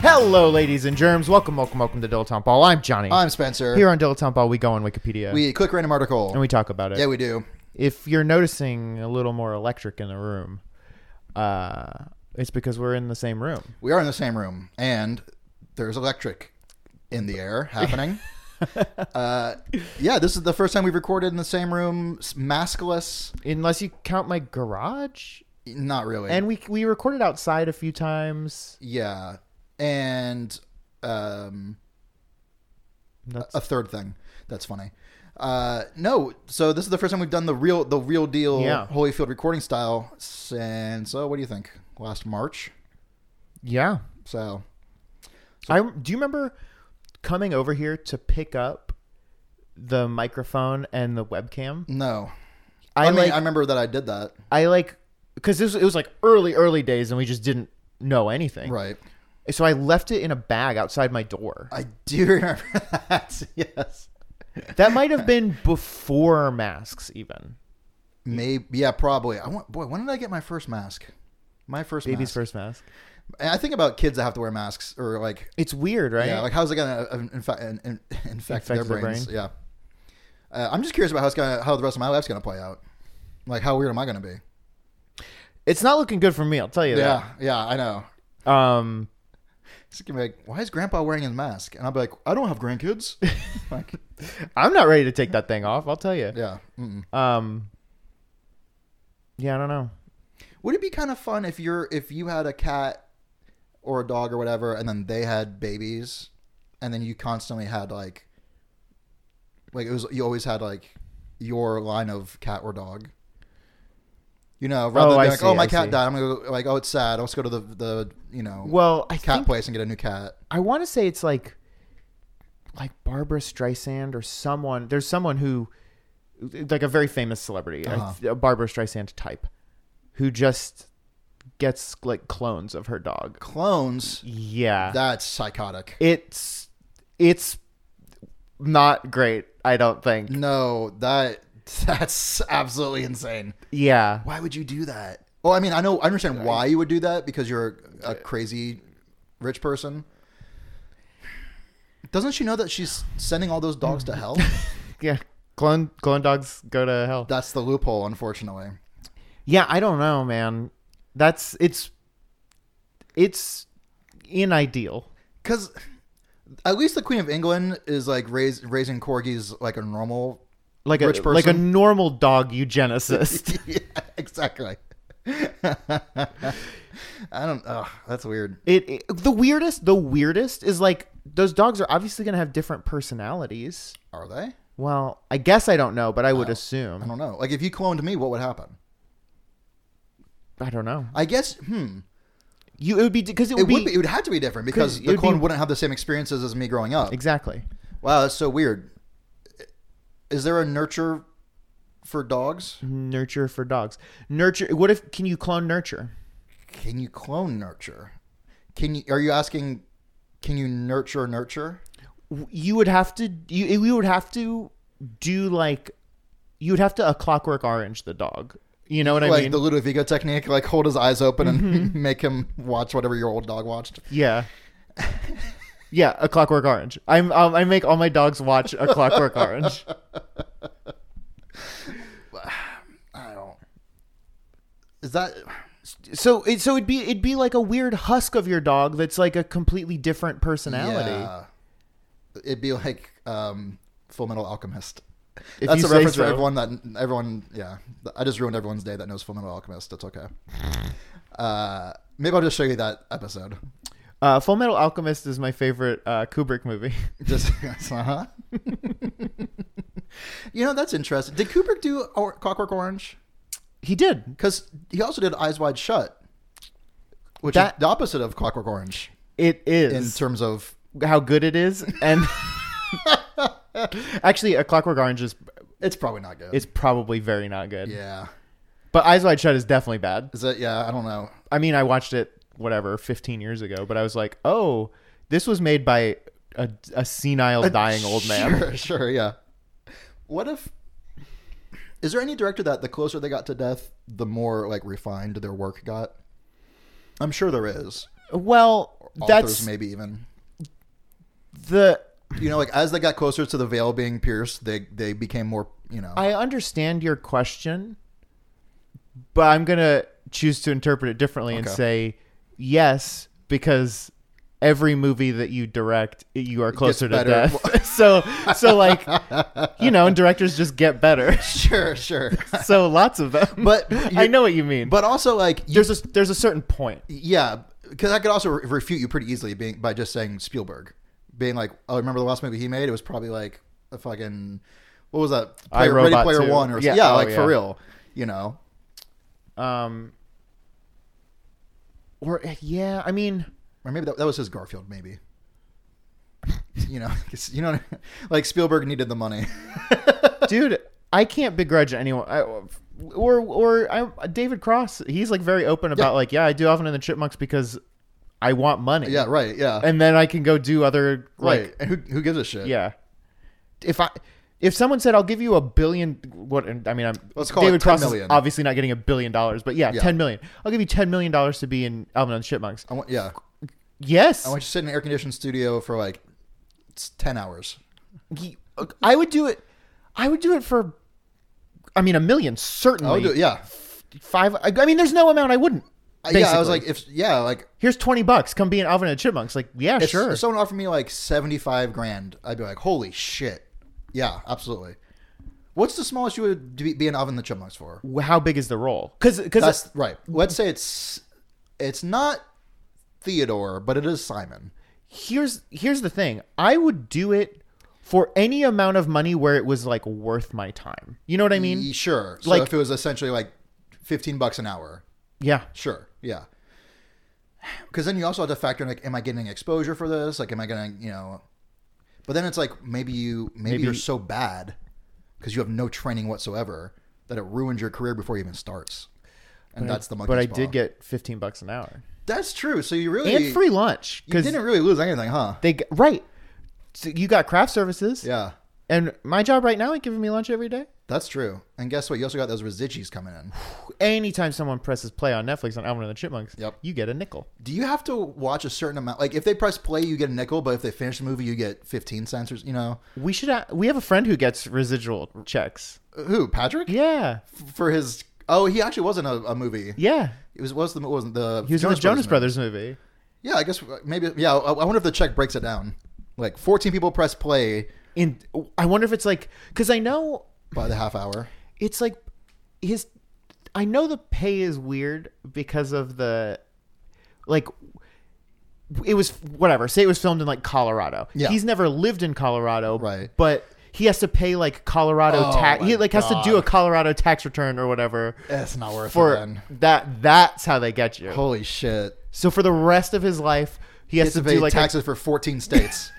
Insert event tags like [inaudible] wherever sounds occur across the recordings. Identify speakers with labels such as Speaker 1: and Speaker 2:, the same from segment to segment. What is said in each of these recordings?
Speaker 1: Hello, ladies and germs. Welcome, welcome, welcome to Dilettante Ball. I'm Johnny.
Speaker 2: I'm Spencer.
Speaker 1: Here on Dilettante Ball, we go on Wikipedia
Speaker 2: we click random article.
Speaker 1: and we talk about it.
Speaker 2: yeah, we do.
Speaker 1: if you're noticing a little more electric in the room, uh, it's because we're in the same room.
Speaker 2: We are in the same room, and there's electric in
Speaker 1: [laughs]
Speaker 2: the air happening. uh, yeah, this is the first time we've recorded in the same room, s- maskless.
Speaker 1: Unless you count my garage,
Speaker 2: Not really.
Speaker 1: and we we recorded outside a few times.
Speaker 2: yeah, and um, a-
Speaker 1: That's-
Speaker 2: a third thing that's funny. Uh, no, so this is the first time we've done the real, the real deal
Speaker 1: Yeah.
Speaker 2: Holyfield recording style, s- and so what do you think? Last March,
Speaker 1: Yeah,
Speaker 2: so
Speaker 1: I do you remember coming over here to pick up the microphone and the webcam?
Speaker 2: no.
Speaker 1: I,
Speaker 2: I, mean,
Speaker 1: like
Speaker 2: I remember that I did that.
Speaker 1: I like because this it was like early early days and we just didn't know anything.
Speaker 2: Right.
Speaker 1: So I left it in a bag outside my door.
Speaker 2: I do [laughs] remember that. yes.
Speaker 1: That might have
Speaker 2: [laughs]
Speaker 1: been before masks even.
Speaker 2: Maybe. Yeah. Probably. I want. Boy, when did I get my first mask? My first
Speaker 1: Baby's
Speaker 2: mask.
Speaker 1: first mask.
Speaker 2: And I think about kids that have to wear masks or like.
Speaker 1: It's weird, right?
Speaker 2: Yeah. Like, how's it gonna uh, infa- in- in- infect,
Speaker 1: Infect
Speaker 2: their,
Speaker 1: their
Speaker 2: brains?
Speaker 1: brain.
Speaker 2: Yeah. Uh, I'm just curious about how it's gonna, how the rest of my life's gonna play out. Like, how weird am I gonna be?
Speaker 1: it's not looking good for me, I'll tell you
Speaker 2: Yeah. Yeah. I know.
Speaker 1: that. Um
Speaker 2: It's gonna be like, why is Grandpa wearing his mask? And I'll be like, I don't have grandkids. [laughs] like,
Speaker 1: I'm not ready to take that thing off, I'll tell you.
Speaker 2: yeah. Mm-mm.
Speaker 1: Um Yeah, I don't know.
Speaker 2: Would it be kind of fun if you're if you had a cat or a dog or whatever, and then they had babies, and then you constantly had like, like it was you always had like your line of cat or dog. You know, rather
Speaker 1: Oh,
Speaker 2: than
Speaker 1: I
Speaker 2: being like,
Speaker 1: see,
Speaker 2: oh my
Speaker 1: I
Speaker 2: cat
Speaker 1: see.
Speaker 2: died, I'm gonna go, like, oh it's sad. Let's go to the the you know
Speaker 1: Well, I
Speaker 2: cat
Speaker 1: think
Speaker 2: place and get a new cat.
Speaker 1: I want to say it's like like Barbara Streisand or someone. There's someone who like a very famous celebrity, I
Speaker 2: Uh-huh.
Speaker 1: th- a Barbara Streisand type, who just gets like clones of her dog.
Speaker 2: Clones.
Speaker 1: Yeah,
Speaker 2: That's psychotic.
Speaker 1: it's it's not great. I don't think.
Speaker 2: No, that [laughs] that's absolutely insane.
Speaker 1: Yeah,
Speaker 2: Why would you do that? Well, I mean, I know I understand why you would do that because you're a crazy rich person. Doesn't she know that she's sending all those dogs to [laughs] hell?
Speaker 1: yeah. Clone clone dogs go to hell.
Speaker 2: That's the loophole, unfortunately.
Speaker 1: Yeah, I don't know, man. That's it's it's unideal.
Speaker 2: Because at least the Queen of England is like rais raising corgis like a normal. [laughs]
Speaker 1: Like a
Speaker 2: Rich
Speaker 1: like a
Speaker 2: person?
Speaker 1: normal dog eugenicist.
Speaker 2: [laughs] yeah, exactly. [laughs] I don't. Oh, that's weird.
Speaker 1: It, it- the weirdest the weirdest is like those dogs are obviously going to have different personalities.
Speaker 2: Are they?
Speaker 1: Well, I guess I don't know, but I would
Speaker 2: I
Speaker 1: assume.
Speaker 2: don't know. Like, if you cloned me, what would happen?
Speaker 1: I don't know.
Speaker 2: I guess. Hmm.
Speaker 1: You it would be because it,
Speaker 2: It
Speaker 1: would be,
Speaker 2: would be. It would have to be different because
Speaker 1: 'Cause it
Speaker 2: the
Speaker 1: would
Speaker 2: clone
Speaker 1: be-
Speaker 2: wouldn't have the same experiences as me growing up.
Speaker 1: exactly.
Speaker 2: Wow, that's so weird. Is there a nurture for dogs?
Speaker 1: Nurture for dogs. Nurture. What if can you clone nurture?
Speaker 2: Can you clone nurture? Can you? Are you asking? Can you nurture nurture?
Speaker 1: W- You would have to. You you would have to do like. You would have to a clockwork orange the dog. You know what I
Speaker 2: like
Speaker 1: mean? Mm-hmm.
Speaker 2: the Ludovico technique, like hold his eyes open and [laughs] make him watch whatever your old dog watched. [laughs]
Speaker 1: yeah. yeah, a clockwork orange. I'm um, I make all my dogs watch a clockwork
Speaker 2: [laughs]
Speaker 1: orange.
Speaker 2: I don't. Is that?
Speaker 1: so it so it'd be it'd be like a weird husk of your dog that's like a completely different personality.
Speaker 2: Yeah. It'd be like um, Full Metal Alchemist.
Speaker 1: If
Speaker 2: That's
Speaker 1: you
Speaker 2: a
Speaker 1: say
Speaker 2: reference
Speaker 1: so.
Speaker 2: for everyone that everyone. Yeah, I just ruined
Speaker 1: [laughs]
Speaker 2: everyone's day that knows Full Metal Alchemist. That's okay. Uh, maybe I'll just show you that episode.
Speaker 1: Uh, Full Metal Alchemist is my favorite uh, Kubrick movie. [laughs]
Speaker 2: Just [laughs] uh-huh. you know that's interesting. Did Kubrick do or- Clockwork Orange?
Speaker 1: he did.
Speaker 2: Because he also did Eyes Wide Shut, which is
Speaker 1: That-
Speaker 2: the opposite of Clockwork Orange
Speaker 1: It
Speaker 2: in
Speaker 1: is
Speaker 2: terms of
Speaker 1: how good it is,
Speaker 2: [laughs]
Speaker 1: and actually, A Clockwork Orange is
Speaker 2: it's probably not good.
Speaker 1: is probably very not good.
Speaker 2: yeah.
Speaker 1: But Eyes Wide Shut is definitely bad.
Speaker 2: Is that yeah? I don't know.
Speaker 1: I mean, I watched it whatever 15 years ago, but I was like, oh, this was made by a, a senile, dying old man.
Speaker 2: Sure, [laughs] sure, yeah. What if? Is there any director that the closer they got to death, the more like refined their work got? I'm sure there is.
Speaker 1: Well,
Speaker 2: Authors
Speaker 1: that's
Speaker 2: maybe even.
Speaker 1: the.
Speaker 2: You know, like as they got closer to the veil being pierced, they they became more. You know,
Speaker 1: I [laughs] understand your question, but I'm gonna choose to interpret it differently and
Speaker 2: Okay.
Speaker 1: say yes because every movie that you direct, you are closer to
Speaker 2: better.
Speaker 1: death. [laughs] so, so like, you know, and directors just get better. [laughs]
Speaker 2: sure, sure.
Speaker 1: so lots of them.
Speaker 2: But
Speaker 1: [laughs] I know what you mean.
Speaker 2: But also, like, you,
Speaker 1: there's a there's a certain point.
Speaker 2: yeah, because I could also re- refute you pretty easily being by just saying Spielberg, being like, oh, remember the last movie he made? It was probably like a fucking what was that?
Speaker 1: I,
Speaker 2: Player- Ready
Speaker 1: Robot
Speaker 2: Player
Speaker 1: 2.
Speaker 2: One or
Speaker 1: Yeah,
Speaker 2: yeah, yeah
Speaker 1: oh,
Speaker 2: like
Speaker 1: yeah.
Speaker 2: for real, you know.
Speaker 1: Um, or eh, yeah, I mean,
Speaker 2: or maybe that, that was his Garfield, maybe. you know, [laughs] 'cause, you know, what I- like Spielberg needed the money. [laughs]
Speaker 1: dude, I can't begrudge anyone. I, or or I, David Cross, he's like very open about like, yeah, I do Alvin and the Chipmunks because I want money.
Speaker 2: yeah, right. Yeah,
Speaker 1: and then I can go do other like,
Speaker 2: right. and who, who gives a shit?
Speaker 1: yeah. If I if someone said I'll give you a billion, what I mean, I'm
Speaker 2: Let's call it
Speaker 1: David
Speaker 2: 10
Speaker 1: Cross is
Speaker 2: million.
Speaker 1: obviously not getting a billion dollars, but yeah,
Speaker 2: Yeah.
Speaker 1: ten million. I'll give you ten million dollars to be in Alvin and the Chipmunks.
Speaker 2: I want. Yeah,
Speaker 1: Yes,
Speaker 2: I want you to sit in an air conditioned studio for like s- ten hours.
Speaker 1: Ye- I would do it. I would do it for. I mean, a million certainly.
Speaker 2: I would do it. Yeah,
Speaker 1: Five. I, I mean, there's no amount I wouldn't.
Speaker 2: I- yeah. I was
Speaker 1: basically.
Speaker 2: like, if yeah, like
Speaker 1: here's twenty bucks. Come be an Alvin and the Chipmunks. Like, yeah,
Speaker 2: if,
Speaker 1: sure.
Speaker 2: if someone offered me like seventy five grand, I'd be like, holy shit. Yeah, absolutely. What's the smallest you would be, be an oven the chipmunks for?
Speaker 1: Wh- How big is the role? Because
Speaker 2: That's
Speaker 1: because
Speaker 2: right. Let's say it's it's not Theodore, but it is Simon.
Speaker 1: here's here's the thing. I would do it for any amount of money where it was like worth my time. You know what I mean?
Speaker 2: Ye- sure. So
Speaker 1: like-
Speaker 2: if it was essentially like fifteen bucks an hour,
Speaker 1: Yeah.
Speaker 2: sure, yeah. Because then you also have to factor in like, am I getting exposure for this? Like, am I gonna, you know? But then it's like maybe you maybe,
Speaker 1: Maybe-
Speaker 2: you're so bad because you have no training whatsoever that it ruins your career before it even starts, and that's the monkey.
Speaker 1: But I did get fifteen bucks an hour
Speaker 2: that's true. So you really
Speaker 1: and free lunch
Speaker 2: you
Speaker 1: because
Speaker 2: didn't really lose anything, huh?
Speaker 1: they g- right. So you got craft services.
Speaker 2: Yeah,
Speaker 1: And my job right now, is giving me lunch every day.
Speaker 2: that's true. And guess what? You also got those residues coming in.
Speaker 1: anytime someone presses play on Netflix on Alvin and the Chipmunks,
Speaker 2: Yep.
Speaker 1: you get a nickel.
Speaker 2: Do you have to watch a certain amount? Like if they press play, you get a nickel, but if they finish the movie, you get fifteen cents. Or, you know
Speaker 1: We should. a- We have a friend who gets residual checks.
Speaker 2: who? Patrick
Speaker 1: Yeah,
Speaker 2: for his. Oh, he actually wasn't a, a movie.
Speaker 1: yeah.
Speaker 2: It was was the wasn't the
Speaker 1: He was in the Jonas Brothers movie.
Speaker 2: movie. Yeah, I guess uh, maybe. Yeah, I, I wonder if the check breaks it down. Like fourteen people press play
Speaker 1: In I wonder if it's like because I know
Speaker 2: by the half hour.
Speaker 1: it's like his. I know the pay is weird because of the, like, it was whatever. Say it was filmed in like Colorado.
Speaker 2: Yeah.
Speaker 1: He's never lived in Colorado,
Speaker 2: Right.
Speaker 1: But he has to pay like Colorado
Speaker 2: Oh
Speaker 1: tax. He
Speaker 2: my
Speaker 1: like has to do a Colorado tax return or whatever.
Speaker 2: That's not worth
Speaker 1: for
Speaker 2: it. Then.
Speaker 1: that that's how they get you
Speaker 2: Holy shit!
Speaker 1: so for the rest of his life he has
Speaker 2: It's
Speaker 1: to
Speaker 2: to pay
Speaker 1: do like a,
Speaker 2: taxes for
Speaker 1: [laughs]
Speaker 2: fourteen states,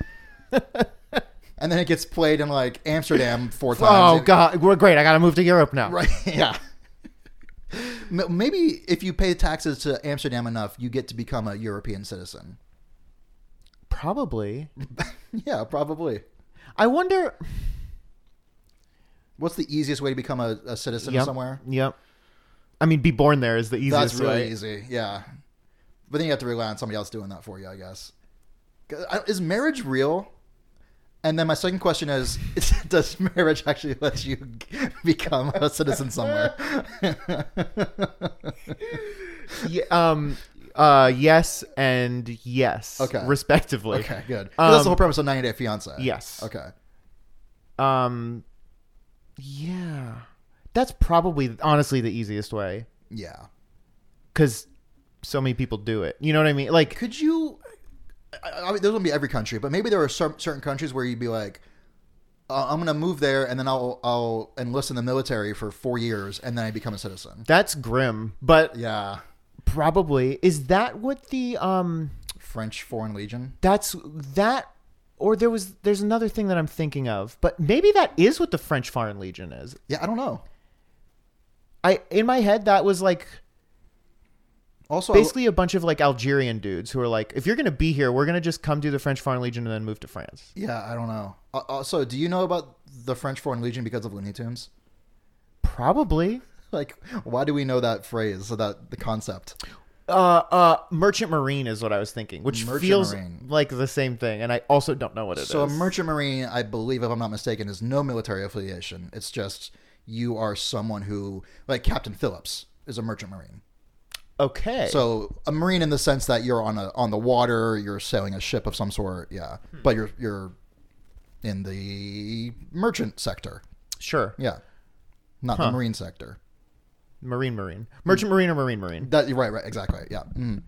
Speaker 2: and then it gets played in like Amsterdam four
Speaker 1: [laughs]
Speaker 2: times.
Speaker 1: oh god we're great i gotta move to europe now
Speaker 2: Right. [laughs] Yeah. M- Maybe if you pay taxes to Amsterdam enough, you get to become a European citizen.
Speaker 1: probably
Speaker 2: yeah, probably.
Speaker 1: i wonder
Speaker 2: What's the easiest way to become a, a citizen
Speaker 1: yep,
Speaker 2: somewhere?
Speaker 1: yep i mean be born there is the easiest
Speaker 2: That's really
Speaker 1: way
Speaker 2: easy. Yeah. But then you have to rely on somebody else doing that for you, I guess. 'Cause I- Is marriage real? And then my second question is [laughs] Does marriage actually let you [laughs] g- become a citizen somewhere? [laughs]
Speaker 1: Ye- um uh yes and yes
Speaker 2: Okay.
Speaker 1: respectively
Speaker 2: okay, good. 'Cause that's
Speaker 1: Um,
Speaker 2: the whole premise of 90 Day Fiance.
Speaker 1: yes.
Speaker 2: Okay.
Speaker 1: um yeah that's probably honestly the easiest way
Speaker 2: Yeah.
Speaker 1: because so many people do it you know what i mean like
Speaker 2: Could you I, I mean, those wouldn't be every country, but maybe there are cer- certain countries where you'd be like, uh, I'm gonna move there, and then I'll I'll enlist in the military for four years, and then I become a citizen.
Speaker 1: That's grim, but
Speaker 2: Yeah,
Speaker 1: probably is that what the um
Speaker 2: French Foreign Legion.
Speaker 1: that's that or there was there's another thing that I'm thinking of, but maybe that is what the French Foreign Legion is.
Speaker 2: Yeah, I don't know.
Speaker 1: I in my head that was like
Speaker 2: Also, I-
Speaker 1: basically a bunch of like Algerian dudes who are like, if you're gonna be here, we're gonna just come do the French Foreign Legion and then move to France.
Speaker 2: yeah, I don't know. Uh, Also, do you know about the French Foreign Legion because of Looney Tunes? [laughs]
Speaker 1: Probably.
Speaker 2: Like, why do we know that phrase? So that the concept.
Speaker 1: Uh, uh, Merchant Marine is what I was thinking, which
Speaker 2: Merchant
Speaker 1: feels
Speaker 2: Marine.
Speaker 1: like the same thing, and I also don't know what it is.
Speaker 2: So a merchant marine, I believe, if I'm not mistaken, is no military affiliation. It's just you are someone who, like Captain Phillips, is a merchant marine.
Speaker 1: okay, so
Speaker 2: So a marine in the sense that you're on a on the water, you're sailing a ship of some sort, yeah. But you're you're in the merchant sector,
Speaker 1: sure,
Speaker 2: yeah, not the marine sector.
Speaker 1: Marine Marine, Merchant Marine or Marine Marine.
Speaker 2: That you're right, right, exactly, yeah. Mm.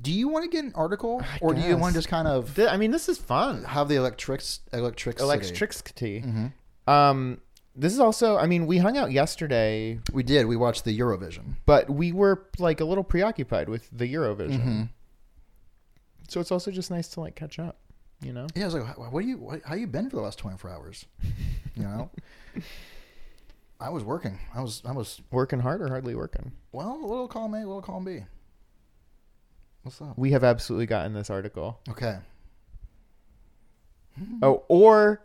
Speaker 2: Do you want to get an article, or do you
Speaker 1: guess.
Speaker 2: want to just kind of
Speaker 1: Th- I mean, this is fun.
Speaker 2: have the electric electric
Speaker 1: Electricity. Um, this is also. I mean, we hung out yesterday,
Speaker 2: We did. We watched the Eurovision.
Speaker 1: but we were like a little preoccupied with the Eurovision. So it's also just nice to like catch up. You know.
Speaker 2: Yeah, I was like, "Wh- "What do you? What, how you been for the last twenty four hours?" You know, I was working. I was, I was
Speaker 1: Working hard or hardly working?
Speaker 2: well, a little column A, a little column B. What's up?
Speaker 1: We have absolutely gotten this article.
Speaker 2: Okay,
Speaker 1: Oh, or,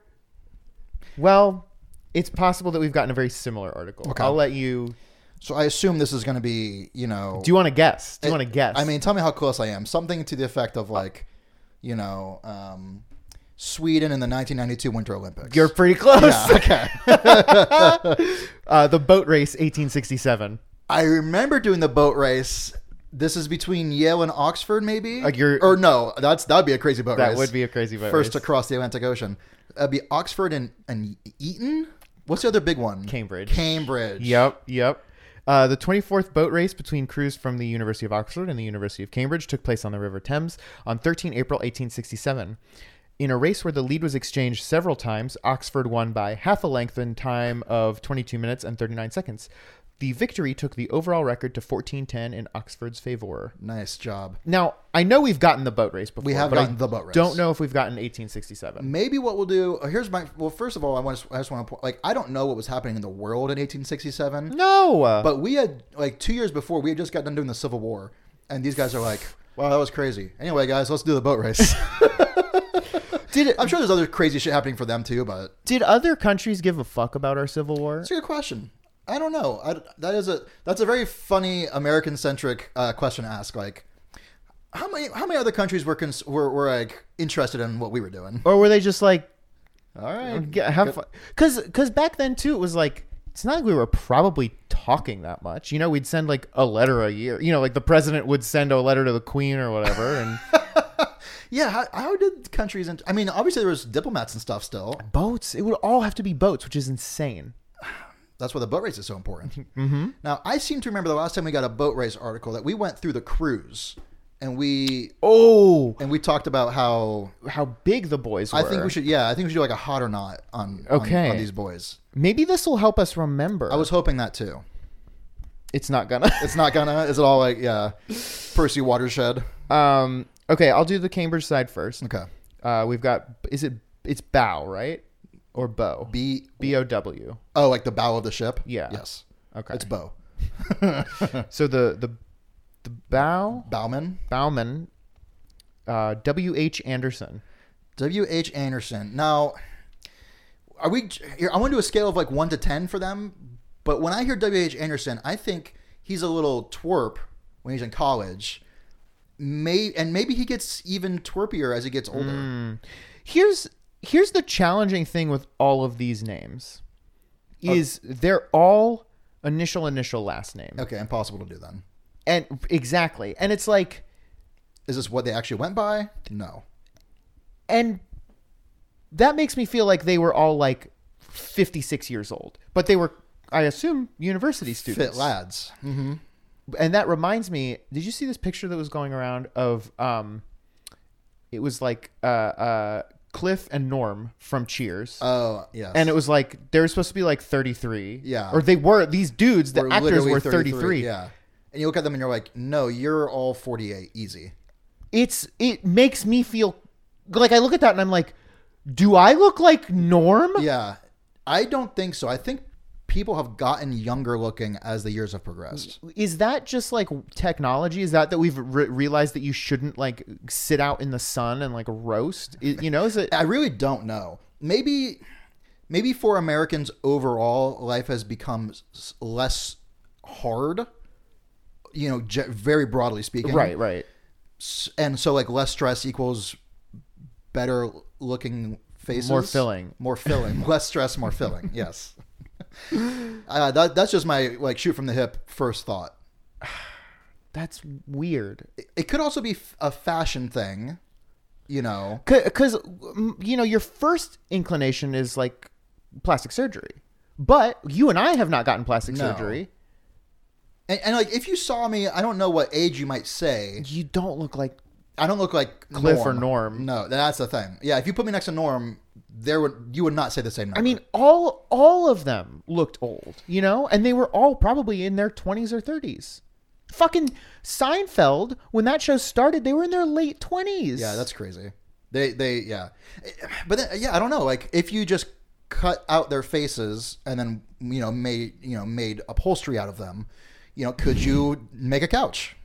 Speaker 1: well, it's possible that we've gotten a very similar article.
Speaker 2: Okay.
Speaker 1: I'll let you.
Speaker 2: so I assume this is going to be, you know,
Speaker 1: Do you want to guess? Do you
Speaker 2: It-
Speaker 1: want to guess?
Speaker 2: I mean, tell me how close I am. Something to the effect of like, you know, um, Sweden in the nineteen ninety two Winter Olympics.
Speaker 1: you're pretty close.
Speaker 2: yeah, [laughs] okay. [laughs]
Speaker 1: [laughs] Uh, the boat race, 1867.
Speaker 2: I remember doing the boat race. This is between Yale and Oxford, maybe.
Speaker 1: Like Uh, you're-
Speaker 2: or no, that's that'd be a crazy boat
Speaker 1: That
Speaker 2: race.
Speaker 1: would be a crazy boat
Speaker 2: first
Speaker 1: race.
Speaker 2: across the Atlantic Ocean. That'd be Oxford and, and Eton. What's the other big one?
Speaker 1: Cambridge.
Speaker 2: Cambridge.
Speaker 1: Yep, yep. Uh, the 24th boat race between crews from the University of Oxford and the University of Cambridge took place on the River Thames on 13 April 1867. In a race where the lead was exchanged several times, Oxford won by half a length in time of 22 minutes and 39 seconds. The victory took the overall record to 1410 in Oxford's favor.
Speaker 2: Nice job.
Speaker 1: Now, I know we've gotten the boat race before.
Speaker 2: We have
Speaker 1: but I
Speaker 2: gotten the boat race.
Speaker 1: Don't know if we've gotten 1867.
Speaker 2: Maybe what we'll do. uh, Here's my. Well, first of all, I want. To, I just want to point. Like, I don't know what was happening in the world in 1867,
Speaker 1: No. uh,
Speaker 2: but we had like two years before we had just got done doing the Civil War, and these guys are like, "Wow, that was crazy." Anyway, guys, let's do the boat [laughs] race.
Speaker 1: did it,
Speaker 2: I'm sure there's other crazy shit happening for them too, but
Speaker 1: did other countries give a fuck about our Civil War?
Speaker 2: That's a good question. I don't know. I, that is a that's a very funny American centric uh, question to ask. Like, how many how many other countries were cons- were, were like interested in what we were doing?
Speaker 1: Or were they just like
Speaker 2: All right,
Speaker 1: Yeah, have fun. Cause, cause back then too, it was like it's not like we were probably talking that much. You know, we'd send like a letter a year. You know, like the president would send a letter to the queen or whatever,
Speaker 2: [laughs]
Speaker 1: and
Speaker 2: yeah. How, how did countries? In- I mean, obviously there was diplomats and stuff. Still,
Speaker 1: boats. It would all have to be boats, which is insane.
Speaker 2: that's why the boat race is
Speaker 1: [laughs]
Speaker 2: so important. mm-hmm. Now, I seem to remember the last time we got a boat race article that we went through the cruise, and we
Speaker 1: Oh,
Speaker 2: and we talked about how
Speaker 1: how big the boys were.
Speaker 2: I think we should. Yeah, I think we should do like a hot or not on on-
Speaker 1: Okay.
Speaker 2: on these boys.
Speaker 1: Maybe this will help us remember.
Speaker 2: I was hoping that too.
Speaker 1: it's not
Speaker 2: [laughs]
Speaker 1: gonna. [laughs]
Speaker 2: It's not gonna. Is it all like yeah, Percy Watershed?
Speaker 1: um. Okay, I'll do the Cambridge side first.
Speaker 2: Okay.
Speaker 1: Uh, we've got. Is it? It's bow, right? Or bow?
Speaker 2: B.
Speaker 1: B O W.
Speaker 2: Oh, like the bow of the ship.
Speaker 1: Yeah.
Speaker 2: Yes.
Speaker 1: Okay.
Speaker 2: It's bow.
Speaker 1: so the the the bow.
Speaker 2: Bowman.
Speaker 1: Bauman, uh, W. H. Anderson.
Speaker 2: W. H. Anderson. Now, are we? Here, I want to do a scale of like one to ten for them. But when I hear W. H. Anderson, I think he's a little twerp when he's in college. May and maybe he gets even twerpier as he gets older.
Speaker 1: Hmm. Here's here's the challenging thing with all of these names,
Speaker 2: Oh.
Speaker 1: is they're all initial initial last name,
Speaker 2: Okay, impossible to do then.
Speaker 1: and exactly, and it's like,
Speaker 2: Is this what they actually went by? No.
Speaker 1: and that makes me feel like they were all like fifty six years old, but they were, I assume, university
Speaker 2: Fit
Speaker 1: students.
Speaker 2: lads. Mm-hmm.
Speaker 1: and that reminds me did you see this picture that was going around of um It was like uh, uh, Cliff and Norm from Cheers.
Speaker 2: Oh yeah.
Speaker 1: and it was like they were supposed to be like 33
Speaker 2: Yeah.
Speaker 1: or they were these dudes the
Speaker 2: We're
Speaker 1: actors
Speaker 2: literally
Speaker 1: were 33,
Speaker 2: Yeah. And you look at them and you're like, no, you're all 48, easy.
Speaker 1: it's it makes me feel like i look at that and i'm like do i look like norm
Speaker 2: Yeah. I don't think so. I think people have gotten younger looking as the years have progressed.
Speaker 1: is that just like technology is that that we've re- realized that you shouldn't like sit out in the sun and like roast I you know is
Speaker 2: [laughs]
Speaker 1: it
Speaker 2: I really don't know. Maybe, maybe for Americans overall, life has become s- less hard. You know, ge- very broadly speaking,
Speaker 1: right right
Speaker 2: S- And so, like, less stress equals better looking faces,
Speaker 1: More filling.
Speaker 2: more filling, [laughs] less stress, more filling. Yes, [laughs] uh, that, that's just my like shoot from the hip first thought.
Speaker 1: that's weird
Speaker 2: It, it could also be f- a fashion thing, you know.
Speaker 1: because you know your first inclination is like plastic surgery but you and i have not gotten plastic
Speaker 2: No.
Speaker 1: surgery
Speaker 2: And, and like, if you saw me, I don't know what age you might say.
Speaker 1: you don't look like
Speaker 2: I don't look like
Speaker 1: Cliff or Norm.
Speaker 2: No, that's the thing. Yeah, if you put me next to Norm, there would you would not say the same. Number.
Speaker 1: I mean, all all of them looked old, you know, and they were all probably in their twenties or thirties. Fucking Seinfeld, when that show started, they were in their late twenties.
Speaker 2: yeah, that's crazy. They they yeah, Eh, but then, yeah, I don't know. Like if you just cut out their faces and then you know made you know made upholstery out of them, you know, could you make a couch?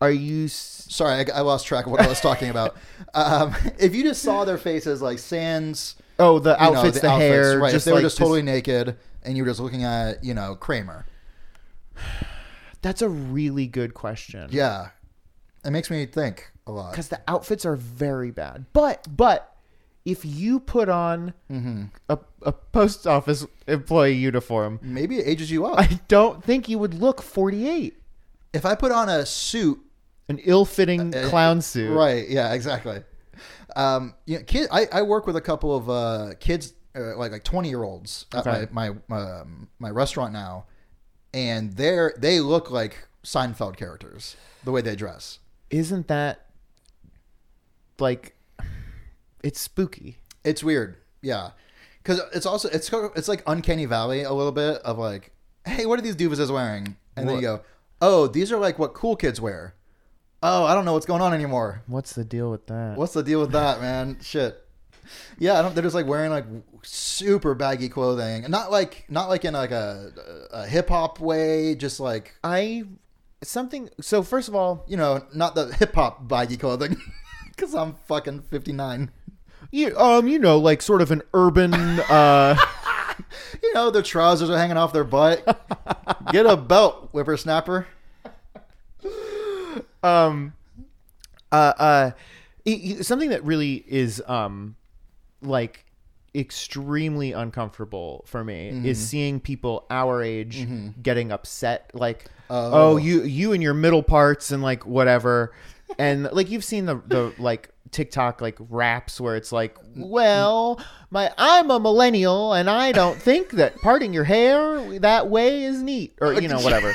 Speaker 1: Are you? s-
Speaker 2: Sorry, I, I lost track of what I was talking about. Um, if you just saw their faces like Sans.
Speaker 1: Oh, the
Speaker 2: you know,
Speaker 1: outfits, the, hair,
Speaker 2: right?
Speaker 1: just
Speaker 2: if they were
Speaker 1: like
Speaker 2: just
Speaker 1: this-
Speaker 2: totally naked and you were just looking at you know Kramer,
Speaker 1: That's a really good question.
Speaker 2: yeah, it makes me think a lot.
Speaker 1: because the outfits are very bad. But but if you put on
Speaker 2: Mm-hmm.
Speaker 1: a a post office employee uniform,
Speaker 2: Maybe it ages you up.
Speaker 1: I don't think you would look forty eight.
Speaker 2: If I put on a suit,
Speaker 1: An ill-fitting
Speaker 2: uh,
Speaker 1: clown suit.
Speaker 2: right? Yeah, exactly. Um, you know, kid, I, I work with a couple of uh, kids, uh, like like twenty year olds at
Speaker 1: Okay.
Speaker 2: my my um, my restaurant now, and they're they look like Seinfeld characters the way they dress.
Speaker 1: isn't that like it's spooky
Speaker 2: It's weird, yeah, because it's also it's co- it's like uncanny valley a little bit of like, hey, what are these doofuses wearing? And then you go, oh, these are like what cool kids wear. Oh, I don't know what's going on anymore.
Speaker 1: what's the deal with that
Speaker 2: What's the deal with that, man? Shit. Yeah, I don't, they're just like wearing like super baggy clothing, and not like not like in like a, a hip hop way, just like
Speaker 1: i something so first of all
Speaker 2: you know, not the hip hop baggy clothing, [laughs] because I'm fucking fifty nine.
Speaker 1: you um you know like sort of an urban uh
Speaker 2: You know, their trousers are hanging off
Speaker 1: [laughs]
Speaker 2: their butt. Get a belt, whippersnapper. [laughs]
Speaker 1: um uh uh it- it- something that really is um like extremely uncomfortable for me
Speaker 2: Mm-hmm.
Speaker 1: is seeing people our age getting upset like oh.
Speaker 2: Oh.
Speaker 1: you you and your middle parts and like whatever and like you've seen the the like TikTok like raps where it's like, well, my I'm a millennial and I don't think that parting your hair that way is neat or you
Speaker 2: [laughs]
Speaker 1: know whatever.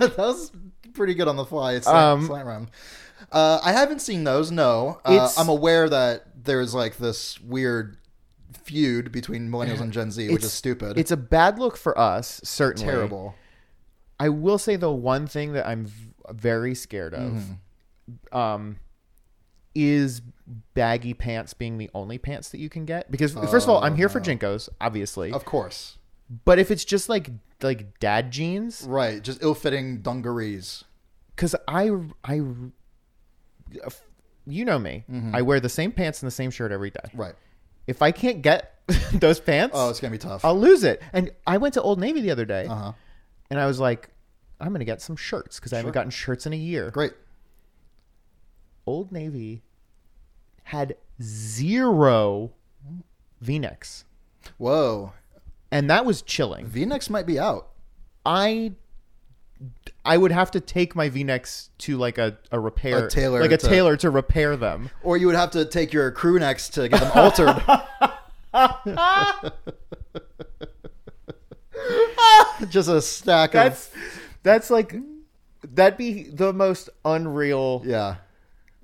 Speaker 2: that was pretty good on the fly. It's
Speaker 1: Um,
Speaker 2: um, slant round. Uh, I haven't seen those. No, uh,
Speaker 1: It's-
Speaker 2: I'm aware that there's like this weird feud between millennials and Gen Z, which
Speaker 1: It's-
Speaker 2: is stupid.
Speaker 1: It's a bad look for us, certainly.
Speaker 2: terrible.
Speaker 1: I will say the one thing that I'm v- very scared of
Speaker 2: Mm-hmm.
Speaker 1: um, is baggy pants being the only pants that you can get. Because first of all, I'm here for jinkos, obviously.
Speaker 2: Oh, Of course,
Speaker 1: But if it's just like like dad jeans,
Speaker 2: right? Just ill-fitting dungarees.
Speaker 1: because I I you know me,
Speaker 2: Mm-hmm.
Speaker 1: I wear the same pants and the same shirt every day.
Speaker 2: Right.
Speaker 1: If I can't get [laughs] those pants,
Speaker 2: Oh, it's gonna be tough.
Speaker 1: I'll lose it. And I went to Old Navy the other day,
Speaker 2: Uh-huh.
Speaker 1: and I was like, I'm gonna get some shirts because I haven't gotten shirts in a year.
Speaker 2: Great.
Speaker 1: Old Navy had zero V-necks,
Speaker 2: Whoa.
Speaker 1: and that was chilling.
Speaker 2: V-necks might be out.
Speaker 1: I I would have to take my V-necks to like a, a repair
Speaker 2: A tailor
Speaker 1: like a
Speaker 2: to-
Speaker 1: tailor to repair them.
Speaker 2: Or you would have to take your crew necks to get them [laughs] altered. Just a stack
Speaker 1: That's
Speaker 2: of
Speaker 1: that's like that'd be the most unreal
Speaker 2: yeah.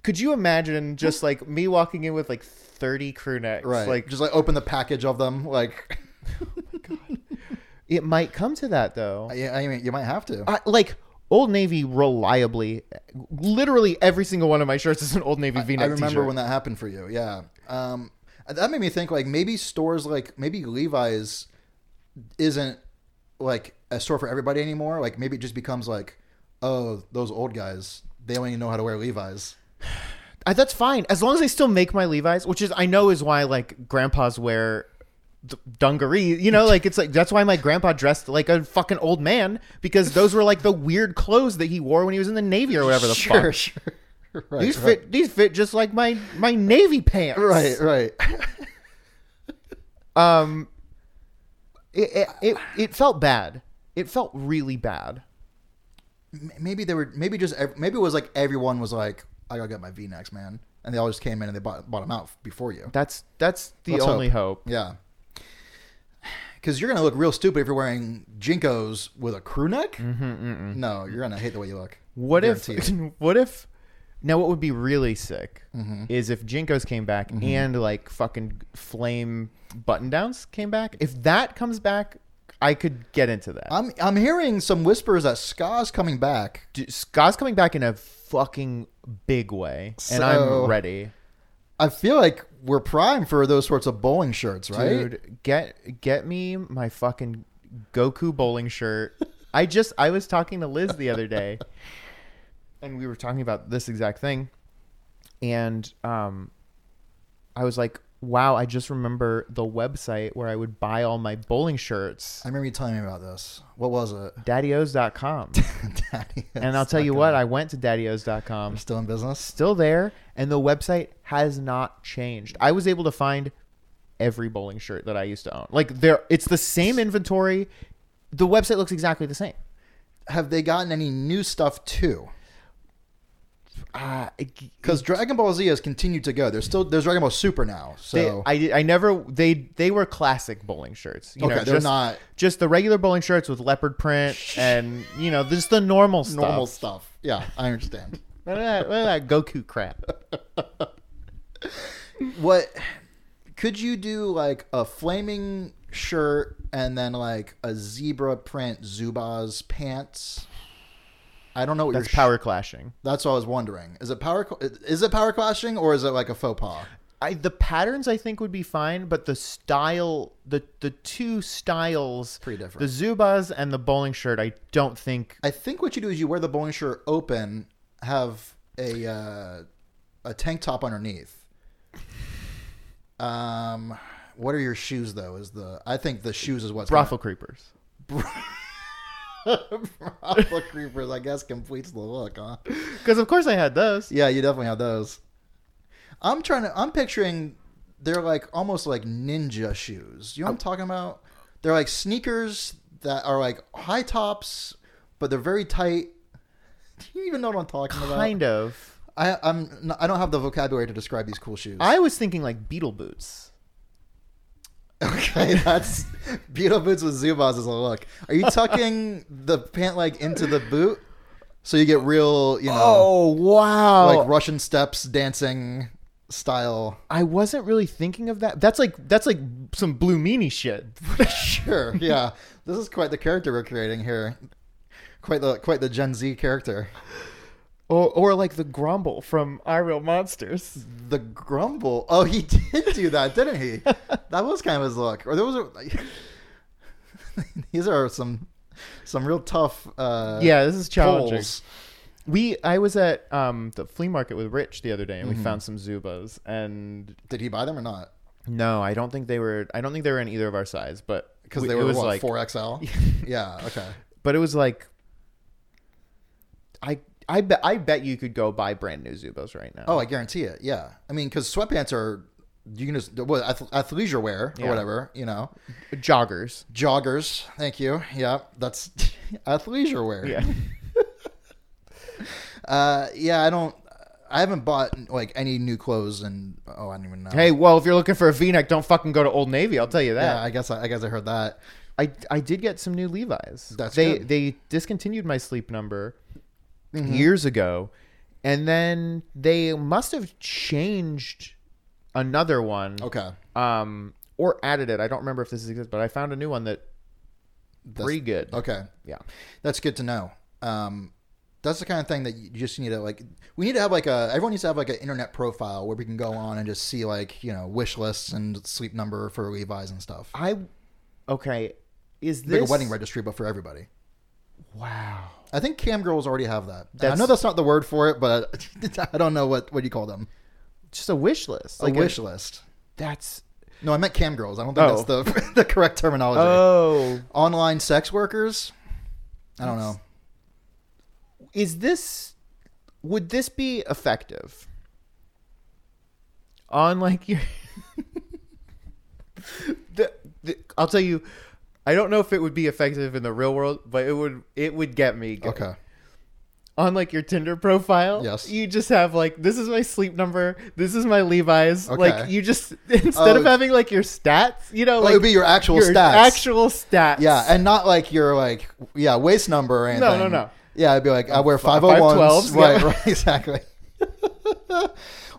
Speaker 1: Could you imagine just like me walking in with like 30 crew necks?
Speaker 2: Right.
Speaker 1: Like,
Speaker 2: just like open the package of them. Like, [laughs]
Speaker 1: it might come to that though.
Speaker 2: yeah, I mean, you might have to.
Speaker 1: I, like Old Navy reliably, literally every single one of my shirts is an Old Navy V-neck
Speaker 2: I remember
Speaker 1: t-shirt.
Speaker 2: when that happened for you. Yeah. Um, that made me think like maybe stores like maybe Levi's isn't like a store for everybody anymore. Like maybe it just becomes like, oh, those old guys, they only know how to wear Levi's.
Speaker 1: I, that's fine as long as I still make my Levi's, which is I know is why like grandpas wear d- dungarees. You know, like it's like that's why my grandpa dressed like a fucking old man because those were like the weird clothes that he wore when he was in the navy or whatever the
Speaker 2: sure,
Speaker 1: fuck.
Speaker 2: sure. [laughs] Right,
Speaker 1: These
Speaker 2: right.
Speaker 1: fit these fit just like my my navy pants.
Speaker 2: Right, [laughs] right.
Speaker 1: Um. It it it, it felt bad. It felt really bad.
Speaker 2: M- Maybe they were. Maybe just. ev- Maybe it was like everyone was like, "I gotta get my V necks, man," and they all just came in and they bought, bought them out before you.
Speaker 1: That's that's the
Speaker 2: Let's
Speaker 1: only hope.
Speaker 2: Yeah. Because you're gonna look real stupid if you're wearing jinkos with a crew neck.
Speaker 1: Mm-hmm,
Speaker 2: No, you're gonna hate the way you look.
Speaker 1: What if
Speaker 2: Guarantee
Speaker 1: [laughs] what if now what would be really sick is if Jinkos came back and like fucking flame button downs came back. If that comes back, I could get into that.
Speaker 2: I'm I'm hearing some whispers that Ska's coming back.
Speaker 1: Dude, Ska's coming back in a fucking big way, and I'm
Speaker 2: So-
Speaker 1: ready.
Speaker 2: I feel like we're prime for those sorts of bowling shirts, right?
Speaker 1: Dude, get get me my fucking Goku bowling shirt. I just I was talking to Liz the other
Speaker 2: [laughs]
Speaker 1: day, and we were talking about this exact thing, and um, I was like, "Wow, I just remember the website where I would buy all my bowling shirts,
Speaker 2: I remember you telling me about this. What was it? [laughs]
Speaker 1: daddyos.com."
Speaker 2: Daddy,
Speaker 1: and I'll
Speaker 2: it's
Speaker 1: tell
Speaker 2: not
Speaker 1: you
Speaker 2: good.
Speaker 1: what, I went to daddyos.com.
Speaker 2: I'm still in business.
Speaker 1: still there, and the website has not changed. I was able to find every bowling shirt that I used to own. Like there, it's the same inventory. The website looks exactly the same.
Speaker 2: Have they gotten any new stuff too?
Speaker 1: Uh, it-
Speaker 2: Because Dragon Ball Z has continued to go. There's still there's Dragon Ball Super now.
Speaker 1: they,
Speaker 2: So
Speaker 1: I, I never they they were classic bowling shirts. You
Speaker 2: okay,
Speaker 1: know,
Speaker 2: they're
Speaker 1: just,
Speaker 2: not
Speaker 1: just the regular bowling shirts with leopard print
Speaker 2: [laughs]
Speaker 1: and you know just the normal stuff.
Speaker 2: normal stuff. Yeah, I understand.
Speaker 1: Look at that, look at that Goku crap.
Speaker 2: [laughs] what could you do like a flaming shirt and then like a zebra print Zubaz pants? I don't know what
Speaker 1: That's
Speaker 2: your sh-
Speaker 1: power clashing.
Speaker 2: That's what I was wondering. Is it power? cl- Is it power clashing or is it like a faux pas?
Speaker 1: I the patterns I think would be fine, but the style, the the two styles,
Speaker 2: Pretty different.
Speaker 1: The Zubas and the bowling shirt, I don't think.
Speaker 2: I think what you do is you wear the bowling shirt open, have a uh, a tank top underneath. Um, what are your shoes though? Is the I think the shoes is what's
Speaker 1: Brothel creepers.
Speaker 2: [laughs] Brothel creepers, I guess, completes the look, huh?
Speaker 1: Because of course I had those.
Speaker 2: Yeah, you definitely have those. I'm trying to. I'm picturing they're like almost like ninja shoes. You know what I'm talking about? They're like sneakers that are like high tops, but they're very tight. [laughs] Do you even know uh, what I'm talking about?
Speaker 1: Kind of.
Speaker 2: I, I'm. n- I don't have the vocabulary to describe these cool shoes.
Speaker 1: I was thinking like beetle boots.
Speaker 2: [laughs] okay, that's beetle boots with Zubaz is a look. Are you tucking the pant leg into the boot so you get real? You know.
Speaker 1: Oh, wow!
Speaker 2: like Russian steps dancing style.
Speaker 1: I wasn't really thinking of that. That's like that's like some blue meanie shit. [laughs]
Speaker 2: [laughs] sure, yeah. This is quite the character we're creating here. Quite the quite the Gen Z character.
Speaker 1: Or or like the grumble from I Real Monsters.
Speaker 2: The grumble. Oh, he [laughs] did do that, didn't he? That was kind of his look. Or there was a. These are [laughs] some some real tough. Uh,
Speaker 1: yeah, this is challenging.
Speaker 2: polls.
Speaker 1: We I was at um, the flea market with Rich the other day,
Speaker 2: Mm-hmm.
Speaker 1: and we found some Zubas. And
Speaker 2: Did he buy them or not?
Speaker 1: no, I don't think they were. I don't think they were in either of our size, but
Speaker 2: Because
Speaker 1: we-
Speaker 2: they
Speaker 1: it
Speaker 2: were
Speaker 1: was
Speaker 2: what
Speaker 1: like,
Speaker 2: four
Speaker 1: [laughs]
Speaker 2: XL. yeah. Okay.
Speaker 1: but it was like, I I bet I bet you could go buy brand new Zubas right now.
Speaker 2: Oh, I guarantee it. Yeah. I mean, because sweatpants are you can just what ath- athleisure wear or
Speaker 1: Yeah.
Speaker 2: whatever. You know.
Speaker 1: joggers.
Speaker 2: joggers. Thank you. Yeah, that's [laughs] athleisure
Speaker 1: [laughs]
Speaker 2: wear.
Speaker 1: Yeah,
Speaker 2: Uh, yeah. I don't. I haven't bought like any new clothes, and oh, I don't even know.
Speaker 1: hey, well, if you're looking for a V-neck, don't fucking go to Old Navy. I'll tell you that.
Speaker 2: Yeah, I guess I, I guess I heard that.
Speaker 1: I I did get some new Levi's.
Speaker 2: That's
Speaker 1: they
Speaker 2: good. Mm-hmm.
Speaker 1: they discontinued my sleep number years ago, and then they must have changed another one
Speaker 2: Okay.
Speaker 1: um, or added it. I don't remember if this exists, but I found a new one that
Speaker 2: That's-
Speaker 1: pretty good.
Speaker 2: Okay.
Speaker 1: Yeah.
Speaker 2: That's good to know. Um, that's the kind of thing that you just need to like. We need to have like a. Everyone needs to have like an internet profile where we can go on and just see like you know wish lists and sleep number for Levi's and stuff.
Speaker 1: I okay. Is
Speaker 2: Like
Speaker 1: this
Speaker 2: a wedding registry, but for everybody.
Speaker 1: Wow.
Speaker 2: I think cam girls already have that. I
Speaker 1: That's-
Speaker 2: know that's not the word for it, but [laughs] I don't know what what do you call them.
Speaker 1: Just a wish list.
Speaker 2: A
Speaker 1: Like
Speaker 2: wish list.
Speaker 1: That's
Speaker 2: No, I meant cam girls. I don't think
Speaker 1: Oh.
Speaker 2: that's the [laughs] the correct terminology.
Speaker 1: oh.
Speaker 2: Online sex workers. I don't know.
Speaker 1: Is this would this be effective on like your? [laughs] the, the, I'll tell you. I don't know if it would be effective in the real world, but it would it would get me good.
Speaker 2: Okay.
Speaker 1: on like your Tinder profile.
Speaker 2: Yes.
Speaker 1: You just have like this is my sleep number, this is my Levi's.
Speaker 2: Okay.
Speaker 1: Like you just [laughs] instead of
Speaker 2: Oh.
Speaker 1: having like your stats, you know,
Speaker 2: Like, it would be your actual
Speaker 1: your
Speaker 2: stats.
Speaker 1: Actual stats.
Speaker 2: Yeah, and not like your like yeah waist number or
Speaker 1: No,
Speaker 2: anything.
Speaker 1: no, no.
Speaker 2: Yeah, I'd be like I wear
Speaker 1: five-
Speaker 2: five hundred ones.
Speaker 1: 512s,
Speaker 2: Right, [laughs]
Speaker 1: yeah.
Speaker 2: right, exactly.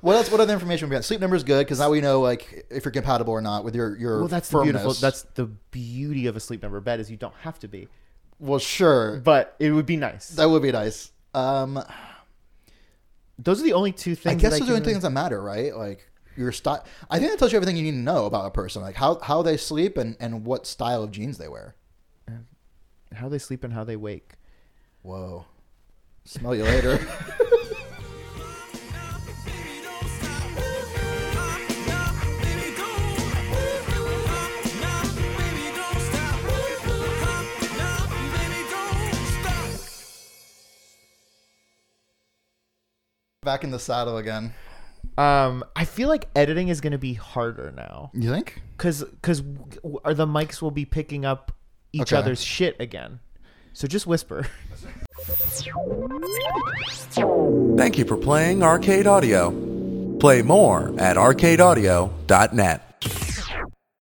Speaker 2: what else? What other information we got? Sleep number is good because now we know like if you're compatible or not with your your.
Speaker 1: Well, that's the
Speaker 2: firmness.
Speaker 1: beautiful. That's the beauty of a sleep number bed is you don't have to be,
Speaker 2: well, sure.
Speaker 1: but it would be nice.
Speaker 2: That would be nice. Um,
Speaker 1: Those are the only two things.
Speaker 2: I guess
Speaker 1: that
Speaker 2: those are the only
Speaker 1: can-
Speaker 2: things that matter, right? Like your style. I think that tells you everything you need to know about a person, like how how they sleep and and what style of jeans they wear.
Speaker 1: How they sleep and how they wake.
Speaker 2: Whoa. Smell
Speaker 1: [laughs]
Speaker 2: you later.
Speaker 3: Baby, don't stop. Nah, nah, baby, don't. Nah, baby, don't stop. Nah, baby, don't stop.
Speaker 2: Back in the saddle again.
Speaker 1: Um, I feel like editing is going to be harder now
Speaker 2: You think?
Speaker 1: because because are the mics will be picking up each
Speaker 2: Okay.
Speaker 1: other's shit again. So just whisper. [laughs]
Speaker 4: Thank you for playing Arcade Audio. Play more at arcadeaudio.net.